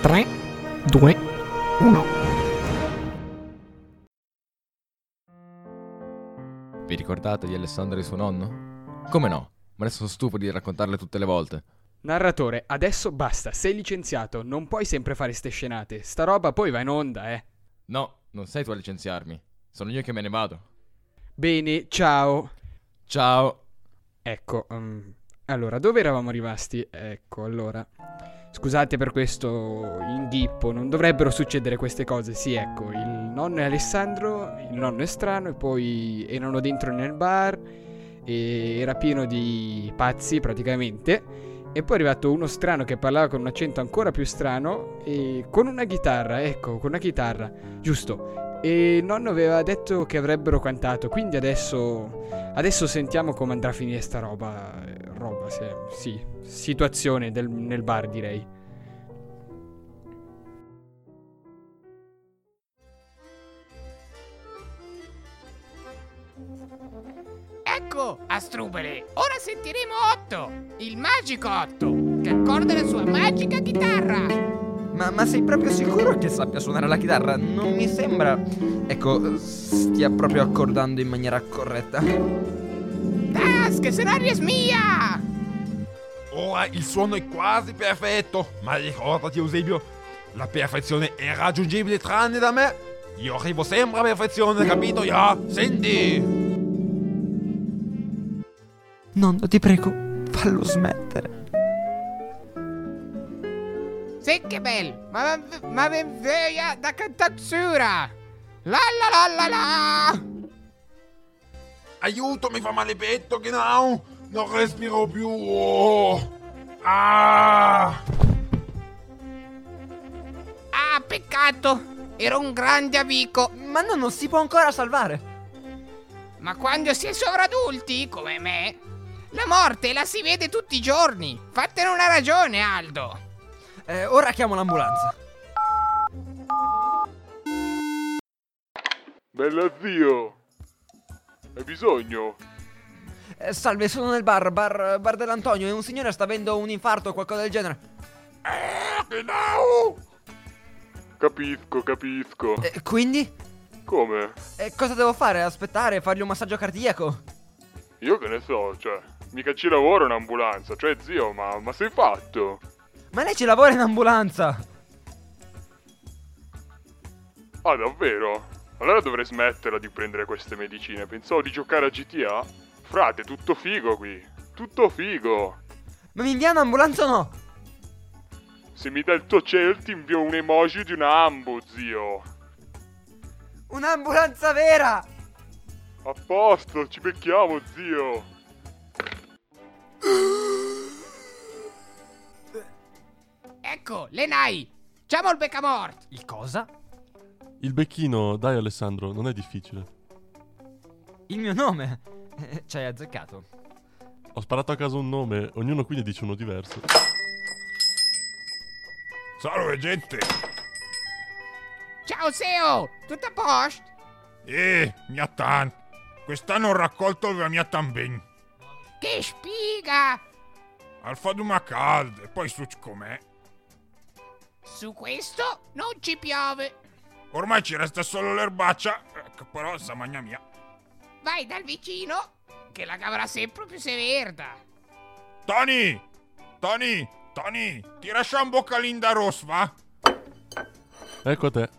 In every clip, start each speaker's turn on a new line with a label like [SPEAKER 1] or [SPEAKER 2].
[SPEAKER 1] 3, 2, 1.
[SPEAKER 2] Vi ricordate di Alessandro e suo nonno? Come no? Ma adesso sono stufo di raccontarle tutte le volte.
[SPEAKER 3] Narratore, adesso basta, sei licenziato, non puoi sempre fare ste scenate. Sta roba poi va in onda, eh.
[SPEAKER 2] No, non sei tu a licenziarmi. Sono io che me ne vado.
[SPEAKER 3] Bene, ciao.
[SPEAKER 2] Ciao.
[SPEAKER 3] Ecco, ehm, allora, dove eravamo rimasti? Ecco, allora. Scusate per questo inghippo, non dovrebbero succedere queste cose. Sì, ecco, il nonno è Alessandro, il nonno è strano e poi erano dentro nel bar e era pieno di pazzi praticamente. E poi è arrivato uno strano che parlava con un accento ancora più strano e con una chitarra, ecco, con una chitarra, giusto. E il nonno aveva detto che avrebbero cantato, quindi adesso Adesso sentiamo come andrà a finire sta roba. eh, Roba, se, sì. Situazione del- nel bar, direi.
[SPEAKER 4] Ecco, Astrubale, ora sentiremo Otto, il magico Otto, che accorda la sua magica chitarra.
[SPEAKER 5] Ma, ma sei proprio sicuro che sappia suonare la chitarra? Non mi sembra. Ecco, stia proprio accordando in maniera corretta.
[SPEAKER 4] Task, se no ries mia!
[SPEAKER 6] Ora Oh, eh, il suono è quasi perfetto, ma ricordati Eusebio, la perfezione è raggiungibile tranne da me. Io arrivo sempre a perfezione, capito? Ya? Senti!
[SPEAKER 5] Nonno, ti prego, fallo smettere.
[SPEAKER 4] Sì che bel, ma ma ben veia da cantazzura! La la la la la!
[SPEAKER 6] Aiuto, mi fa male il petto, che no! Non respiro più! Oh. Ah!
[SPEAKER 4] Ah, peccato! Era un grande amico,
[SPEAKER 5] Ma nonno, si può ancora salvare.
[SPEAKER 4] ma quando si è sovradulti, come me, la morte la si vede tutti i giorni. Fatene una ragione, Aldo!
[SPEAKER 5] Eh, ora chiamo l'ambulanza.
[SPEAKER 7] Bella zio! Hai bisogno?
[SPEAKER 5] Eh, salve, sono nel bar, bar, bar dell'Antonio e un signore sta avendo un infarto o qualcosa del genere.
[SPEAKER 6] Che no!
[SPEAKER 7] Capisco, capisco.
[SPEAKER 5] Eh, quindi?
[SPEAKER 7] Come?
[SPEAKER 5] Eh, cosa devo fare? Aspettare, fargli un massaggio cardiaco?
[SPEAKER 7] Io che ne so, cioè. Mica ci lavora un'ambulanza, cioè zio, ma, ma sei fatto?
[SPEAKER 5] Ma lei ci lavora in ambulanza.
[SPEAKER 7] Ah, davvero? Allora dovrei smetterla di prendere queste medicine. Pensavo di giocare a GTA. Frate, tutto figo qui. Tutto figo.
[SPEAKER 5] Ma mi invia un'ambulanza o no?
[SPEAKER 7] Se mi dai il tuo cell ti invio un emoji di una ambo, zio.
[SPEAKER 5] Un'ambulanza vera!
[SPEAKER 7] A posto, ci becchiamo, zio.
[SPEAKER 4] Ecco, Lenai! Ciao il Beccamort!
[SPEAKER 5] Il cosa?
[SPEAKER 8] Il becchino, dai Alessandro, non è difficile.
[SPEAKER 5] Il mio nome. Eh, ci hai azzeccato.
[SPEAKER 8] Ho sparato a caso un nome, ognuno qui ne dice uno diverso.
[SPEAKER 6] Salve gente!
[SPEAKER 4] Ciao Seo! Tutto a posto?
[SPEAKER 6] Eh, mia tan! Quest'anno ho raccolto la mia tan ben.
[SPEAKER 4] Che spiga!
[SPEAKER 6] Al fatto una calda e poi suc com'è.
[SPEAKER 4] Su questo non ci piove.
[SPEAKER 6] Ormai ci resta solo l'erbaccia, eh, che però sa magna mia.
[SPEAKER 4] Vai dal vicino che la cavrà sempre più severda.
[SPEAKER 6] Tony! Tony! Tony! Ti lascia un boccalin da rosso, va?
[SPEAKER 8] Ecco a te.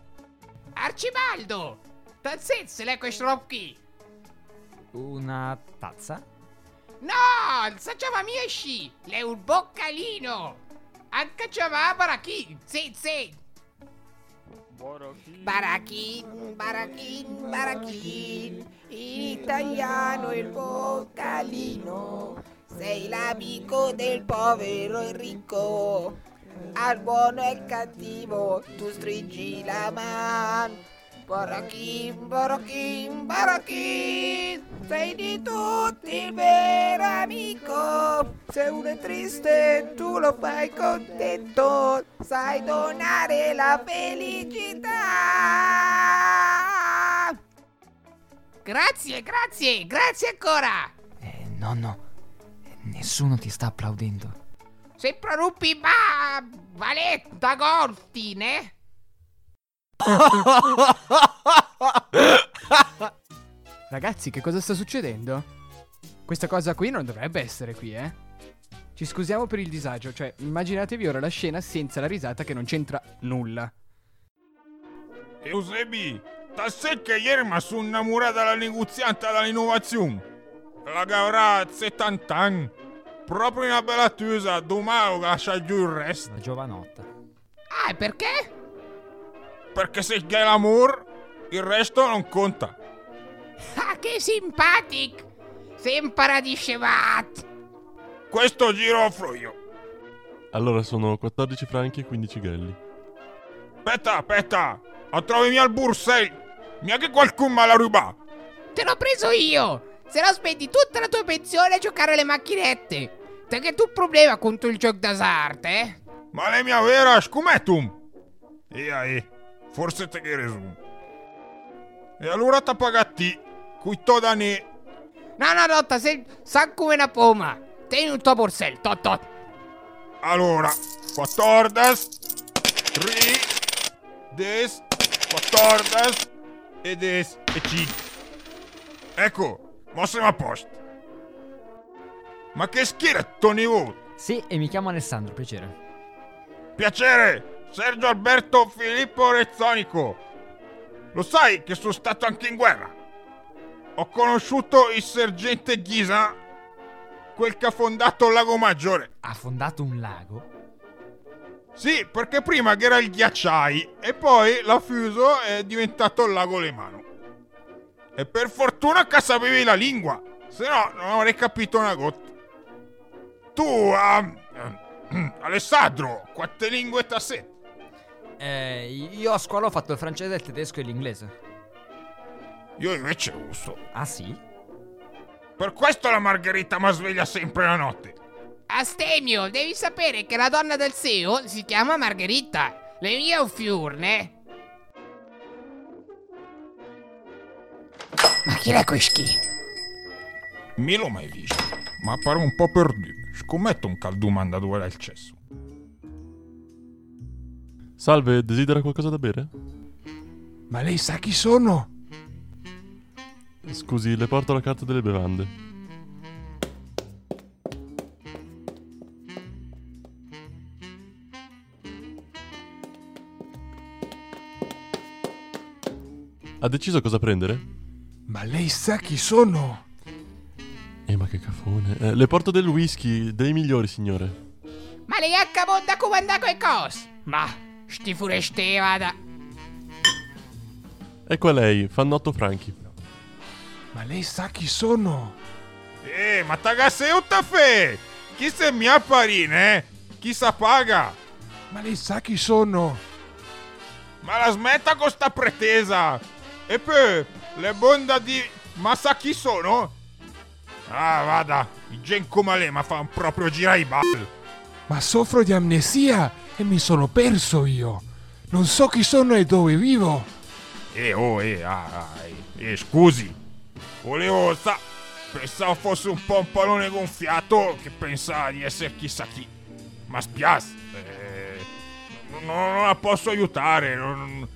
[SPEAKER 4] Arcibaldo! Tazzezze lei questo ropchi!
[SPEAKER 5] Una tazza?
[SPEAKER 4] No! Il sacciava miesci! Lei un boccalino! Anche ciava baracchi! Sì, sì! Barachin, barachin, barachin, in italiano il boccalino, sei l'amico del povero e ricco, al buono e al cattivo tu stringi la mano. Barachin, barachin, barachin, sei di tutti il vero amico, se uno è triste tu lo fai contento, sai donare la felicità. Grazie, grazie, grazie ancora.
[SPEAKER 5] Eh, nonno, nessuno ti sta applaudendo.
[SPEAKER 4] Se proruppi ma... Valetta Gortine?
[SPEAKER 3] Ragazzi, che cosa sta succedendo? Questa cosa qui non dovrebbe essere qui, eh? Ci scusiamo per il disagio, cioè immaginatevi ora la scena senza la risata che non c'entra nulla.
[SPEAKER 9] Eusebi, ta sai che ieri mi sono innamorata della negoziante dell'innovazione. La che avrà 70 anni. Proprio una bella attesa, domani lascia giù il resto.
[SPEAKER 4] Ah, e perché?
[SPEAKER 9] Perché se c'è l'amore, il resto non conta.
[SPEAKER 4] Ah, che simpatic! Sempara di Shevat!
[SPEAKER 9] Questo giro offro io.
[SPEAKER 8] Allora sono 14 franchi e 15 galli.
[SPEAKER 9] Aspetta, aspetta, la trovi al Bursel. Mia che qualcuno me la ruba.
[SPEAKER 4] Te l'ho preso io! Se no spendi tutta la tua pensione a giocare alle macchinette! Te che tu problema contro il gioco d'azzardo, eh?
[SPEAKER 9] Ma lei mia vera scummetum. Ia, eh, forse te che resumo. E allora t'ha pagati, qui to da ne.
[SPEAKER 4] No, no, no, ta sei san come una poma! Tieni un tuo borsel, tot tot!
[SPEAKER 9] Allora, 14, 3, 10, 14 e 10 e 5. Ecco, ma siamo a posto. Ma che schiera, Tony Wood?
[SPEAKER 10] Sì, e mi chiamo Alessandro, piacere.
[SPEAKER 9] Piacere, Sergio Alberto Filippo Rezzonico. Lo sai che sono stato anche in guerra. Ho conosciuto il sergente Ghisa, quel che ha fondato Lago Maggiore.
[SPEAKER 10] Ha fondato un lago?
[SPEAKER 9] Sì, perché prima che era il ghiacciai e poi l'ha fuso e è diventato il lago Lemano. E per fortuna che sapevi la lingua, se no non avrei capito una gotta. Tu, ah, ehm, Alessandro, quante lingue t'assetti?
[SPEAKER 10] Eh, io a scuola ho fatto il francese, il tedesco e l'inglese.
[SPEAKER 9] Io invece russo.
[SPEAKER 10] Ah sì?
[SPEAKER 9] Per questo la Margherita mi sveglia sempre la notte.
[SPEAKER 4] Astemio, devi sapere che la donna del CEO si chiama Margherita. Le mie è un fiurne. Ma chi è questo?
[SPEAKER 9] Me l'ho mai visto, ma pare un po' perduto. Scommetto un calduman da dove era il cesso.
[SPEAKER 8] Salve, desidera qualcosa da bere?
[SPEAKER 6] Ma lei sa chi sono?
[SPEAKER 8] Scusi, le porto la carta delle bevande. Ha deciso cosa prendere?
[SPEAKER 6] Ma lei sa chi sono?
[SPEAKER 8] Eh, ma che cafone. Eh, le porto del whisky, dei migliori, signore.
[SPEAKER 4] Ma le H bonda comanda coi cos! Ma, sti vada.
[SPEAKER 8] Ecco a lei, fanno 8 franchi.
[SPEAKER 6] Ma lei sa chi sono?
[SPEAKER 9] Eh, ma tagasse un taffè! Chi se mi apparine, eh? Chi sa paga?
[SPEAKER 6] Ma lei sa chi sono?
[SPEAKER 9] Ma la smetta con sta pretesa! E poi, le bonda di... Ma sa chi sono? Ah, vada, il gencomalema fa un proprio gira i ball.
[SPEAKER 6] Ma soffro di amnesia e mi sono perso io. Non so chi sono e dove vivo.
[SPEAKER 9] Eh, oh, eh, ah, ah, eh, eh, scusi. Volevo sa... Pensavo fosse un po' un pallone gonfiato che pensava di essere chissà chi. Ma spiace. eh, non, non la posso aiutare. Non,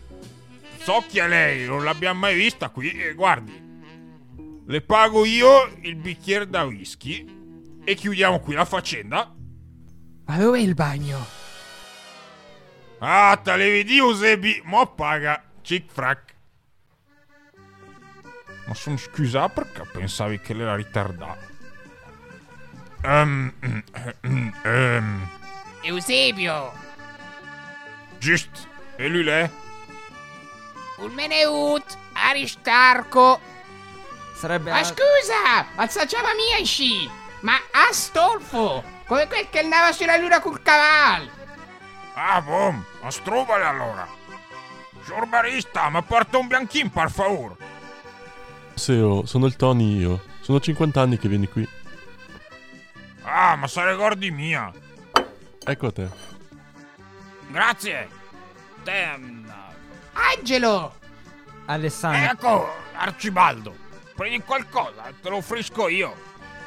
[SPEAKER 9] so chi è lei, non l'abbiamo mai vista qui. E guardi. Le pago io il bicchiere da whisky. E chiudiamo qui la faccenda.
[SPEAKER 3] Ma dov'è il bagno?
[SPEAKER 9] Ah, te le vedi Eusebi, mo paga, cic frac. Ma sono scusa perché pensavi che l'era ritardata. Ehm, ehm,
[SPEAKER 4] Eusebio,
[SPEAKER 9] giusto, e lui l'è?
[SPEAKER 4] Ulmeneut, Aristarco.
[SPEAKER 10] Sarebbe...
[SPEAKER 5] Ah,
[SPEAKER 4] Ma scusa, assaggiava mia sci. Ma Astolfo, come quel che andava sulla luna col cavallo.
[SPEAKER 9] Ah, bom, ma strubale allora. Signor barista, mi porta un bianchin, per favore.
[SPEAKER 8] Seo, oh, sono il Tony io. Sono 50 anni che vieni qui.
[SPEAKER 9] Ah, ma se ricordi mia.
[SPEAKER 8] Ecco a te.
[SPEAKER 9] Grazie. Damn.
[SPEAKER 4] Angelo,
[SPEAKER 10] Alessandro.
[SPEAKER 9] Ecco, Arcibaldo. Prendi qualcosa, te lo offrisco io.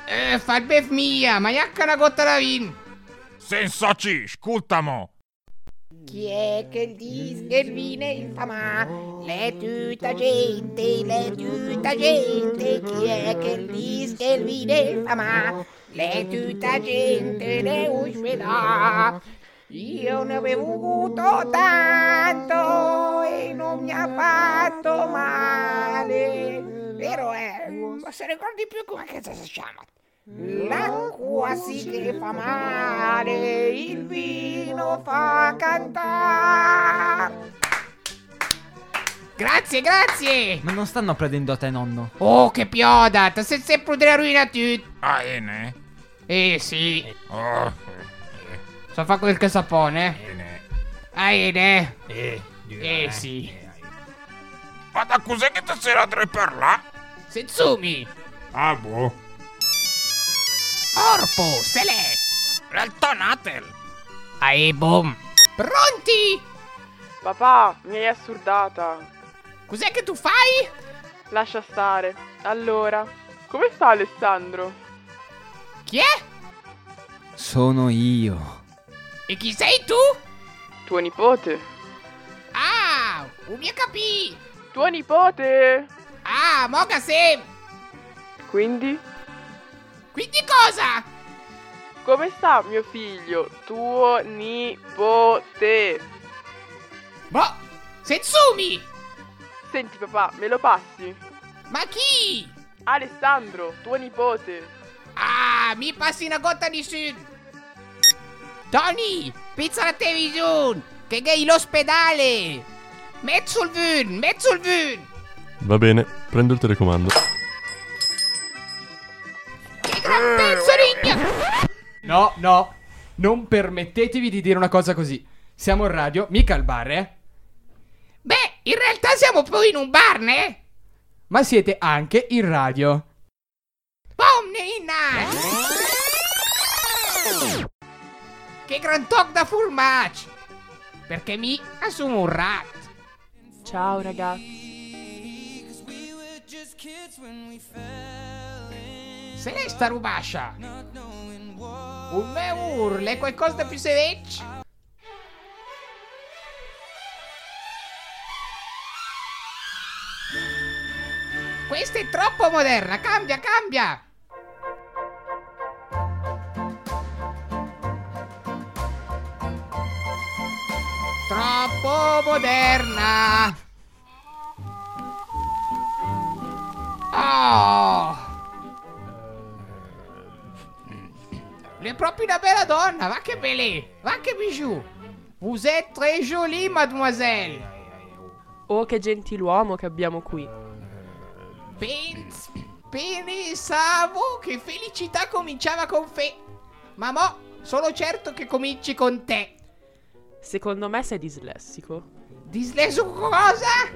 [SPEAKER 4] eh, fa il bef mia, ma neanche una cotta da vino.
[SPEAKER 9] Senza C, ascoltamo!
[SPEAKER 11] Chi è che dis che viene infama? Le tutta gente, le tutta gente, chi è che dis che viene infama? Le tutta gente ne uscirà. Io ne ho bevuto tanto e non mi ha fatto male. Vero è, ma se ricordi più come che si chiama? L'acqua sì che fa male, il vino fa cantare.
[SPEAKER 4] Grazie, grazie!
[SPEAKER 5] Ma non stanno prendendo a te, nonno.
[SPEAKER 4] Oh, che pioda! Ti sei sempre della ruina tu!
[SPEAKER 9] Ah, ne?
[SPEAKER 4] Eh sì,
[SPEAKER 9] Oh,
[SPEAKER 4] so fa quel che sapone.
[SPEAKER 9] ne.
[SPEAKER 4] Ah, eh, ne.
[SPEAKER 9] Eh,
[SPEAKER 4] Eh sì.
[SPEAKER 9] Ma da cos'è che ti sei la tre per là?
[SPEAKER 4] Sensumi!
[SPEAKER 9] Ah, boh.
[SPEAKER 4] Orpo, se l'è!
[SPEAKER 9] L'altonatel!
[SPEAKER 4] Ah, eh, boom! Pronti?
[SPEAKER 1] Papà, mi hai assurdata.
[SPEAKER 4] Cos'è che tu fai?
[SPEAKER 1] Lascia stare. Allora, come sta Alessandro?
[SPEAKER 4] Chi è?
[SPEAKER 5] Sono io.
[SPEAKER 4] E chi sei tu?
[SPEAKER 1] Tuo nipote.
[SPEAKER 4] Ah, un mio capì!
[SPEAKER 1] Tuo nipote!
[SPEAKER 4] Ah, moga se!
[SPEAKER 1] Quindi?
[SPEAKER 4] Quindi cosa?
[SPEAKER 1] Come sta mio figlio? Tuo nipote.
[SPEAKER 4] Boh, Sensumi!
[SPEAKER 1] Senti papà, me lo passi?
[SPEAKER 4] Ma chi?
[SPEAKER 1] Alessandro, tuo nipote.
[SPEAKER 4] Ah, mi passi una gotta di sud! Tony, pizza la televisione! Che gay l'ospedale! Mezzo il vun, mezzo il vun!
[SPEAKER 8] Va bene, prendo il telecomando.
[SPEAKER 4] Pezzo rigna!
[SPEAKER 3] No, no, non permettetevi di dire una cosa così. Siamo in radio, mica al bar, eh?
[SPEAKER 4] Beh, in realtà siamo poi in un bar, ne?
[SPEAKER 3] Ma siete anche in radio.
[SPEAKER 4] Pomnina! Che gran talk da full match! Perché mi assumo un rat.
[SPEAKER 1] Ciao ragazzi.
[SPEAKER 4] Se lei sta rubascia! Un me urla è qualcosa di più sevecci! Questa è troppo moderna, cambia, cambia! Troppo moderna! Oh! Lei è proprio una bella donna, va che belle, va che bijou! Vous êtes très jolie, mademoiselle!
[SPEAKER 1] Oh, che gentiluomo che abbiamo qui.
[SPEAKER 4] Pens- pensavo che felicità cominciava con fe... Ma mo, sono certo che cominci con te!
[SPEAKER 1] Secondo me sei dislessico.
[SPEAKER 4] Disleso cosa?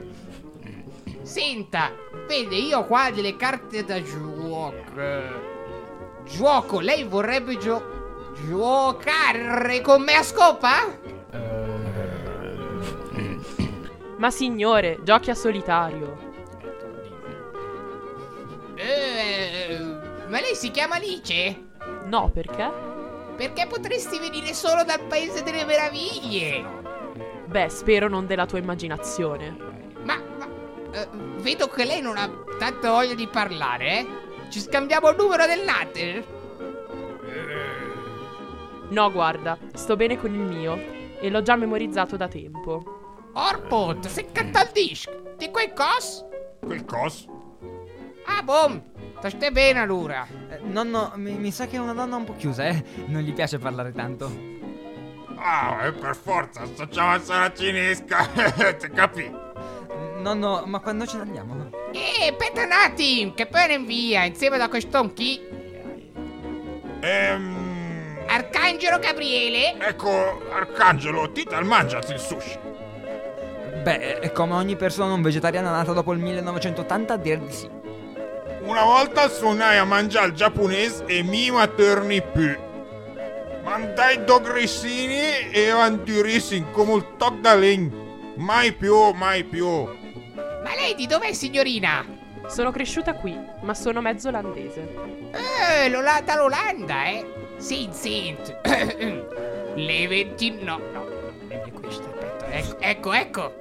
[SPEAKER 4] Senta, vede, io qua ho delle carte da gioco. Gioco, lei vorrebbe gio- giocare con me a scopa?
[SPEAKER 1] Ma signore, giochi a solitario.
[SPEAKER 4] Eh, ma lei si chiama Alice?
[SPEAKER 1] No, perché?
[SPEAKER 4] Perché potresti venire solo dal paese delle meraviglie?
[SPEAKER 1] Beh, spero non della tua immaginazione.
[SPEAKER 4] Ma, ma, eh, vedo che lei non ha tanta voglia di parlare, eh? Ci scambiamo il numero del latte?
[SPEAKER 1] No, guarda, sto bene con il mio e l'ho già memorizzato da tempo.
[SPEAKER 4] Orpo, ti sei cantato disc? Di quel cos?
[SPEAKER 9] Quel cos?
[SPEAKER 4] Ah, bom! Ti stai bene allora?
[SPEAKER 5] Eh, Nonno, mi, mi sa che è una donna un po' chiusa, eh. Non gli piace parlare tanto.
[SPEAKER 9] Ah, eh, per forza, sto chiamando la cinesca. Ti capi?
[SPEAKER 5] Nonno, ma quando ce ne andiamo?
[SPEAKER 4] Eh, aspetta un attimo, che poi ne via insieme da queston chi?
[SPEAKER 9] Ehm...
[SPEAKER 4] Arcangelo Gabriele?
[SPEAKER 9] Ecco, Arcangelo, Tital, mangiati il sushi.
[SPEAKER 5] Beh, è come ogni persona non vegetariana nata dopo il 1980 a dir di sì.
[SPEAKER 9] Una volta suonai a mangiare il giapponese e mi ma torni più. Mandai due grissini e avanturissin come il toc da legno. Mai più, mai più.
[SPEAKER 4] Ma lei di dov'è, signorina?
[SPEAKER 1] Sono cresciuta qui, ma sono mezzo olandese.
[SPEAKER 4] Eh, l'Olanda, l'Olanda, eh? Sì, sì. Le 20... No, no, no, non è questa, aspetta. Ecco, ecco, ecco.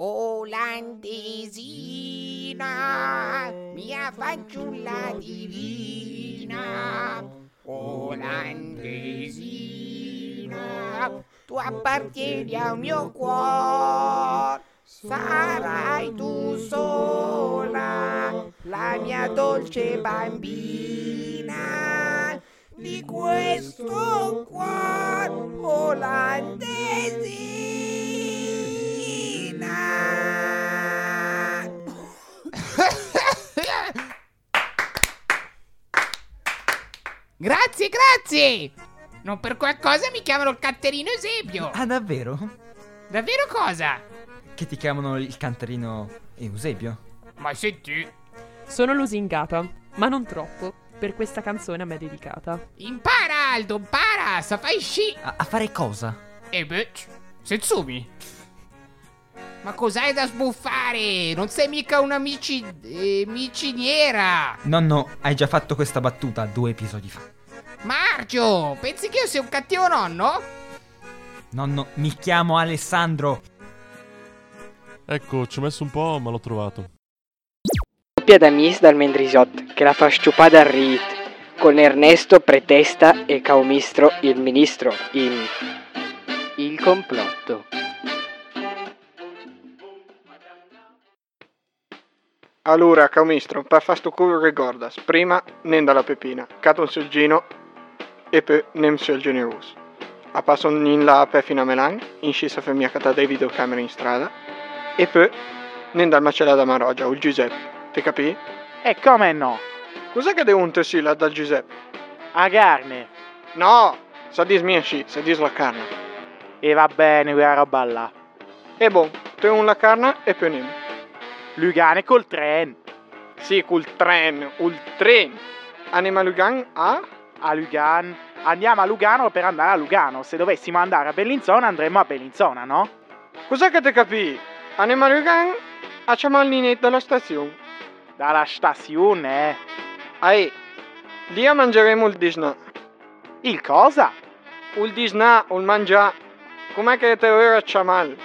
[SPEAKER 12] Olandesina, mia fanciulla divina. Olandesina, tu appartieni al mio cuore. Sarai tu sola, la mia dolce bambina. Di questo cuore olandesina.
[SPEAKER 4] Grazie, grazie. Non per qualcosa mi chiamano il Catterino Esebio.
[SPEAKER 10] Ah, davvero?
[SPEAKER 4] Davvero cosa?
[SPEAKER 10] Che ti chiamano il canterino Eusebio?
[SPEAKER 4] Ma senti,
[SPEAKER 13] Sono lusingata, ma non troppo, per questa canzone a me dedicata.
[SPEAKER 4] impara Aldo, impara, sa fai sci. Eh,
[SPEAKER 10] A, a fare cosa?
[SPEAKER 4] E beh, Setsumi. Ma cos'hai da sbuffare? Non sei mica una mici... eh, miciniera.
[SPEAKER 10] Nonno, hai già fatto questa battuta due episodi fa.
[SPEAKER 4] Margio, pensi che io sia un cattivo nonno?
[SPEAKER 10] Nonno, mi chiamo Alessandro.
[SPEAKER 8] Ecco, ci ho messo un po', ma l'ho trovato.
[SPEAKER 14] Doppia da Miss dal Mendrisot, che la fa sciupare al RIT, con Ernesto pretesta e Caomistro il ministro in Il complotto.
[SPEAKER 1] Allora, caomistro, per far sto culo ricordas, prima nem dalla pepina, cato un sorgino e poi nem sorgino russo. A passo in là per fino a Melan, in scesa per mia cata dei videocamere in strada, e poi nem dal macellato da Maroggia, o Giuseppe, te capì?
[SPEAKER 15] E come no?
[SPEAKER 1] Cos'è che devo un tessila dal Giuseppe?
[SPEAKER 15] A carne.
[SPEAKER 1] No, sa dis mia sci, sa dis la carne.
[SPEAKER 15] E va bene quella roba là.
[SPEAKER 1] E boh, te un la carne e poi nem.
[SPEAKER 15] Lugane col tren.
[SPEAKER 1] Sì, col tren, col tren. Anima Lugan a?
[SPEAKER 15] A Lugan. Andiamo a Lugano per andare a Lugano. Se dovessimo andare a Bellinzona andremmo a Bellinzona, no?
[SPEAKER 1] Cos'è che te capì? Anima Lugan a Ciamallini dalla stazione.
[SPEAKER 15] Dalla stazione. eh.
[SPEAKER 1] Ae, lì a mangeremo il disna.
[SPEAKER 15] Il cosa?
[SPEAKER 1] Il disna, il mangia. Com'è che te lo era Ciamal?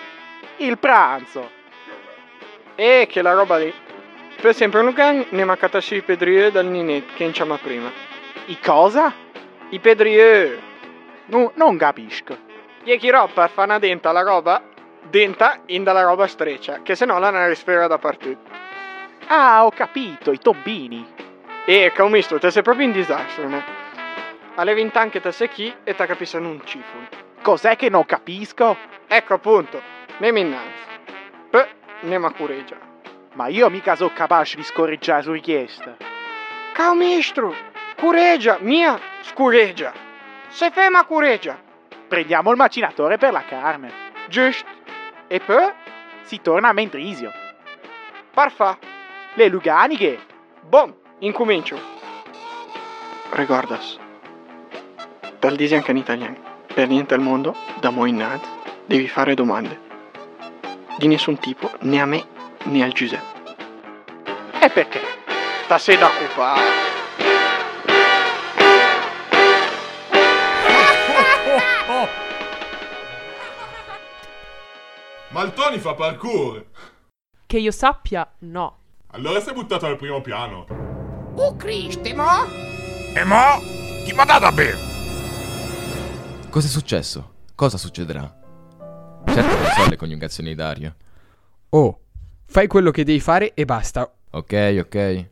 [SPEAKER 15] Il pranzo.
[SPEAKER 1] E che la roba lì. Per sempre Lugan ne mancatasi i pedrie dal ninet che inciama prima.
[SPEAKER 15] I cosa?
[SPEAKER 1] I pedrie.
[SPEAKER 15] No, non capisco.
[SPEAKER 1] Gli chi roppa fa una denta la roba, denta in dalla roba streccia, che se no la ne risfera da partito.
[SPEAKER 15] Ah, ho capito, i tombini.
[SPEAKER 1] E caumisto, te sei proprio in disastro, ne? Alle vintanche te sei chi e te capisci non cifun.
[SPEAKER 15] Cos'è che non capisco?
[SPEAKER 1] Ecco appunto, né minnanzi. P, né ma cureggia.
[SPEAKER 15] Ma io mica so capace di scorreggiare su richiesta.
[SPEAKER 1] Caomistro, cureggia, mia, scureggia. Se fema cureggia,
[SPEAKER 15] Prendiamo il macinatore per la carne.
[SPEAKER 1] giusto. E poi,
[SPEAKER 15] Si torna a Mendrisio.
[SPEAKER 1] parfa.
[SPEAKER 15] Le luganiche.
[SPEAKER 1] Bom, incomincio. Ricordas. Dal disi anche in italiano. Per niente al mondo, da mo in avanti, devi fare domande. Di nessun tipo, né a me, né al Giuseppe.
[SPEAKER 15] E perché?
[SPEAKER 1] Ta sei da cupa.
[SPEAKER 16] Maltoni fa parkour!
[SPEAKER 13] Che io sappia, no.
[SPEAKER 16] Allora sei buttato al primo piano.
[SPEAKER 4] Oh, Criste, mo?
[SPEAKER 9] E mo? Chi mi ha dato a bere?
[SPEAKER 2] Cosa è successo? Cosa succederà? Certo non so le coniugazioni di Dario.
[SPEAKER 3] Oh, fai quello che devi fare e basta.
[SPEAKER 2] Ok, ok.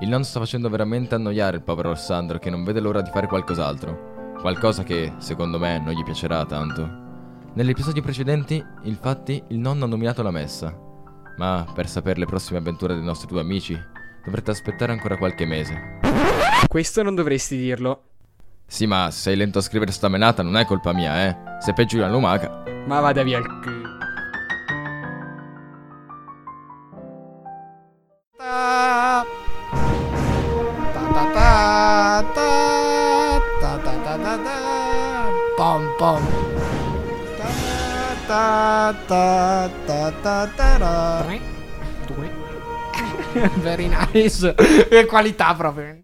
[SPEAKER 2] Il nonno sta facendo veramente annoiare il povero Alessandro che non vede l'ora di fare qualcos'altro. Qualcosa che, secondo me, non gli piacerà tanto. Negli episodi precedenti, infatti, il nonno ha nominato la messa. Ma per sapere le prossime avventure dei nostri due amici, dovrete aspettare ancora qualche mese.
[SPEAKER 3] Questo non dovresti dirlo.
[SPEAKER 2] Sì, ma se sei lento a scrivere sta menata non è colpa mia, eh. Se peggio la lumaca.
[SPEAKER 3] Ma vada via il c-
[SPEAKER 4] Ta ta ta ta ta ta ta ta ta pom pom ta ta ta ta ta ta Very nice, qualità proprio.